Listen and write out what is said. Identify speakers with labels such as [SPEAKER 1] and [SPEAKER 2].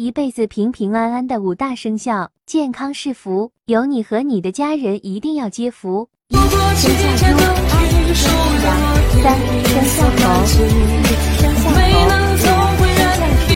[SPEAKER 1] 一辈子平平安安的五大生肖，健康是福，有你和你的家人一定要接福。生肖猪，二，生肖羊，三，生肖。